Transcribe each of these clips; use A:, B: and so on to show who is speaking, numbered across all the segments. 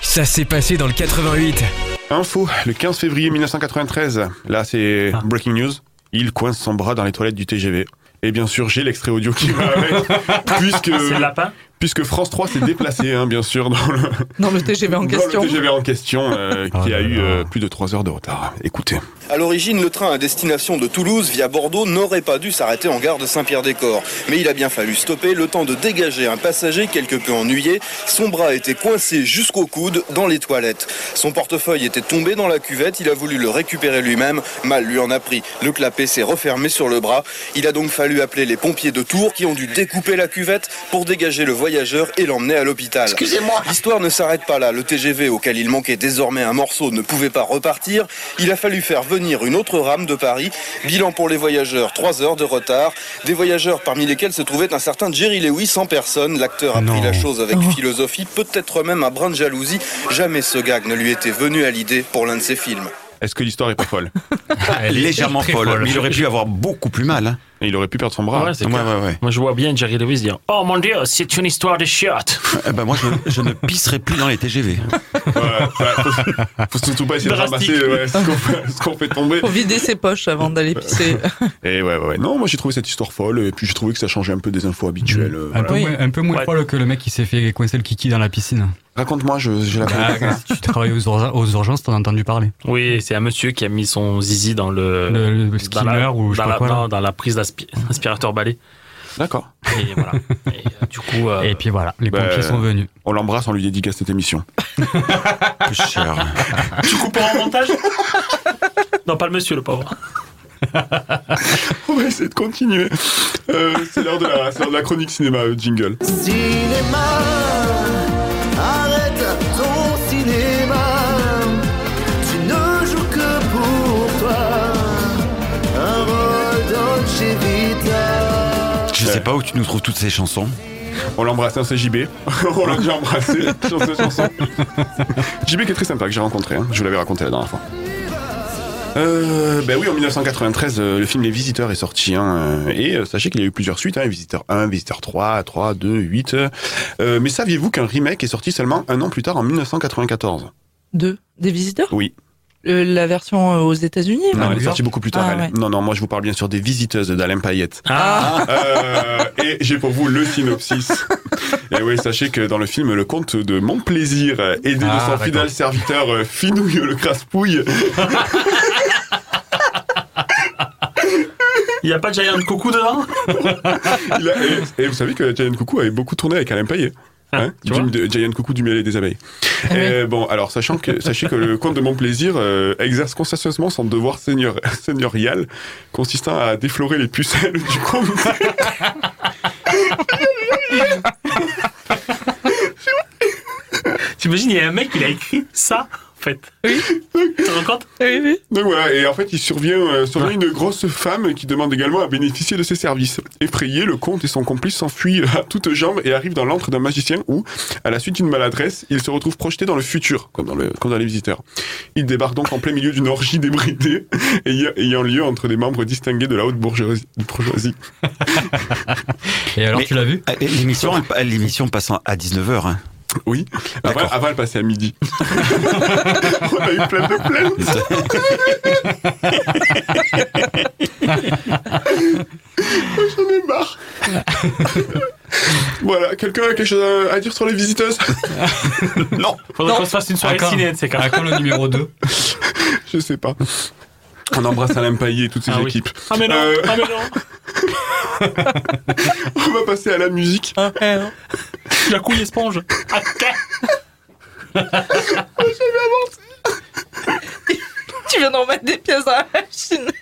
A: Ça s'est passé dans le 88.
B: Info, le 15 février 1993. Là, c'est
A: Ah.
B: breaking news. Il coince son bras dans les toilettes du TGV. Et bien sûr, j'ai l'extrait audio qui va avec, puisque,
C: C'est le lapin
B: puisque France 3 s'est déplacé, hein, bien sûr, dans le,
D: Dans le TGV en
B: dans le
D: question.
B: TGV en question, euh,
A: Oh
B: qui a
A: là
B: eu
A: là.
B: euh, plus de 3 heures de retard. Écoutez.
E: À l'origine, le train à destination de Toulouse via Bordeaux n'aurait pas dû s'arrêter en gare de Saint-Pierre-des-Corps. Mais il a bien fallu stopper le temps de dégager un passager quelque peu ennuyé. Son bras était coincé jusqu'au coude dans les toilettes. Son portefeuille était tombé dans la cuvette. Il a voulu le récupérer lui-même. Mal lui en a pris. Le clapet s'est refermé sur le bras. Il a donc fallu appeler les pompiers de Tours qui ont dû découper la cuvette pour dégager le voyageur et l'emmener à l'hôpital. L'histoire ne s'arrête pas là. Le TGV auquel il manquait désormais un morceau ne pouvait pas repartir. Il a fallu faire venir une autre rame de Paris. Bilan pour les voyageurs, 3 heures de retard. Des voyageurs parmi lesquels se trouvait un certain Jerry Lewis en personne. L'acteur a pris la chose avec philosophie, peut-être même un brin de jalousie. Jamais ce gag ne lui était venu à l'idée pour l'un de ses films.
B: Est-ce que l'histoire est pas folle
F: Légèrement
A: très
F: folle.
A: folle.
F: Mais il aurait pu avoir beaucoup plus mal. hein.
B: Et Il aurait pu perdre son bras.
C: Ouais, Ah, c'est clair. Moi, je vois bien Jerry Lewis dire Oh mon dieu, c'est une histoire de chiottes
F: Eh ben, moi, je, je ne pisserai plus dans les TGV.
B: Voilà, ça- faut, faut surtout pas essayer de
C: Drastique.
B: ramasser ouais, ce qu'on fait- ce qu'on fait tomber.
D: Faut vider ses poches avant d'aller pisser.
B: Et ouais, ouais, ouais. Non, moi j'ai trouvé cette histoire folle, et puis j'ai trouvé que ça changeait un peu des infos habituelles. euh,
G: Un,
C: Mm.
B: voilà.
G: peu,
D: Oui.
G: moins- un peu moins
C: Ouais.
G: folle que le mec qui s'est fait coincer le kiki dans la piscine.
B: Raconte-moi, je- j'ai la
C: Bah,
G: si tu travailles aux, urgen- aux urgences, t'en as entendu parler.
C: Oui, c'est un monsieur qui a mis son zizi dans le.
G: Le, le
C: Euh, dans
G: skimmer
C: la,
G: ou je sais
C: dans
G: pas
C: la-
G: quoi. là.
C: non, dans la prise d'aspirateur balai.
B: D'accord.
C: Et voilà. Et, euh, du coup. euh,
G: Et puis voilà, les
B: Bah,
G: pompiers sont venus.
B: On l'embrasse, on lui dédicace cette émission.
F: Plus cher.
C: tu coupes en montage Non, pas le monsieur, le pauvre.
B: On va essayer de continuer. Euh, c'est l'heure de, la- c'est l'heure de la chronique cinéma euh, jingle.
H: Cinéma, arrête ton cinéma. Tu ne joues que pour toi. Un rôle Dolce Vita.
F: Je sais pas où tu nous trouves toutes ces chansons.
B: On l'embrasse, hein, c'est JB. on l'a déjà embrassé sur cette chanson. JB qui est très sympa, que j'ai rencontré. hein. Je vous l'avais raconté la dernière fois. Euh, ben oui, en 1993, euh, le film Les Visiteurs est sorti. hein, euh, et euh, sachez qu'il y a eu plusieurs suites. Hein, Visiteurs 1, Visiteurs 3, 3, 2, 8. euh, mais saviez-vous qu'un remake est sorti seulement un an plus tard, en 1994
D: Deux. Des visiteurs
B: Oui.
D: Euh, La version euh, aux États-Unis
B: Non,
D: ouais.
B: elle est sortie beaucoup plus tard.
D: Ah,
B: elle.
D: ouais.
B: Non, non, moi je vous parle bien sûr des visiteuses d'Alain Payette.
C: Ah,
B: Euh, et j'ai pour vous le synopsis. Et oui, sachez que dans le film, le comte de Mon Plaisir, aidé
G: Ah,
B: de son
G: d'accord.
B: fidèle serviteur euh, Finouille le Craspouille,
C: Il n'y a pas de Giant Coucou dedans
B: il a- et, et vous savez que Giant Coucou avait beaucoup tourné avec Alain Payet. Hein,
C: tu
B: Du- de- Giant Coucou du miel et des abeilles.
D: Ah oui.
B: Euh, bon, alors sachant que, sachez que le comte de Mon Plaisir euh, exerce consciencieusement son devoir seigneur, seigneurial, consistant à déflorer les pucelles du comte.
C: T'imagines, il y a un mec, il a écrit ça, en fait. Oui. Tu te rends compte
D: Oui, oui.
B: Donc voilà, et en fait, il survient, euh, survient une grosse femme qui demande également à bénéficier de ses services. Effrayé, le comte et son complice s'enfuient à toutes jambes et arrivent dans l'antre d'un magicien où, à la suite d'une maladresse, ils se retrouvent projetés dans le futur, comme dans, le, comme dans les visiteurs. Ils débarquent donc en plein milieu d'une orgie débridée ayant- ayant lieu entre des membres distingués de la haute bourgeoisie. bourgeoisie.
G: Et alors,
F: Mais-
G: tu l'as vu
F: Eh, L'émission, elle- l'émission passe à 19h. hein.
B: Oui, avant,
F: D'accord.
B: avant elle passait à midi. On a eu plein de plaintes. J'en ai marre. voilà, quelqu'un a quelque chose à- à dire sur les visiteuses
F: Non.
C: Faudrait qu'on se fasse une soirée
G: Encore.
C: ciné, c'est quand
G: À quand le numéro 2
B: Je sais pas. On embrasse Alain Paillet et toutes ses
C: Ah oui.
B: équipes.
C: Ah, mais non,
B: Euh.
C: ah, mais non.
B: On va passer à la musique.
D: Ah, ouais,
G: Eh
D: hein.
C: La couille éponge. Ah, t'es-
D: tu viens d'en mettre des pièces à la machine.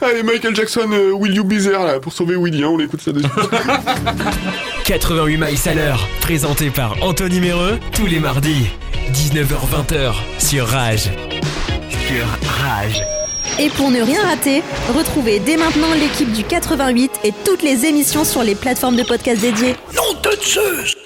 B: Allez, Michael Jackson, euh, Will You Be There, là, pour sauver William, on écoute ça de suite.
A: 88 miles à l'heure, présenté par Anthony Méreux, tous les mardis, 19h-20h, sur Rage. Sur Rage.
I: Et pour ne rien rater, retrouvez dès maintenant l'équipe du 88 et toutes les émissions sur les plateformes de podcast dédiées.
H: Nom de Zeus